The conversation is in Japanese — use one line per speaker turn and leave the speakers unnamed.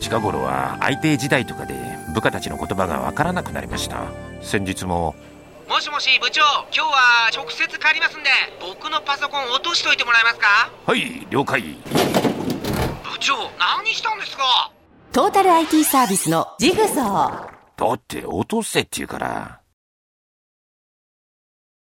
近頃は相手時代とかで部下たちの言葉がわからなくなりました先日も
もしもし部長今日は直接借りますんで僕のパソコン落としといてもらえますか
はい了解
部長何したんですか
トータル IT サービスのジグソー
だって落とせって言うから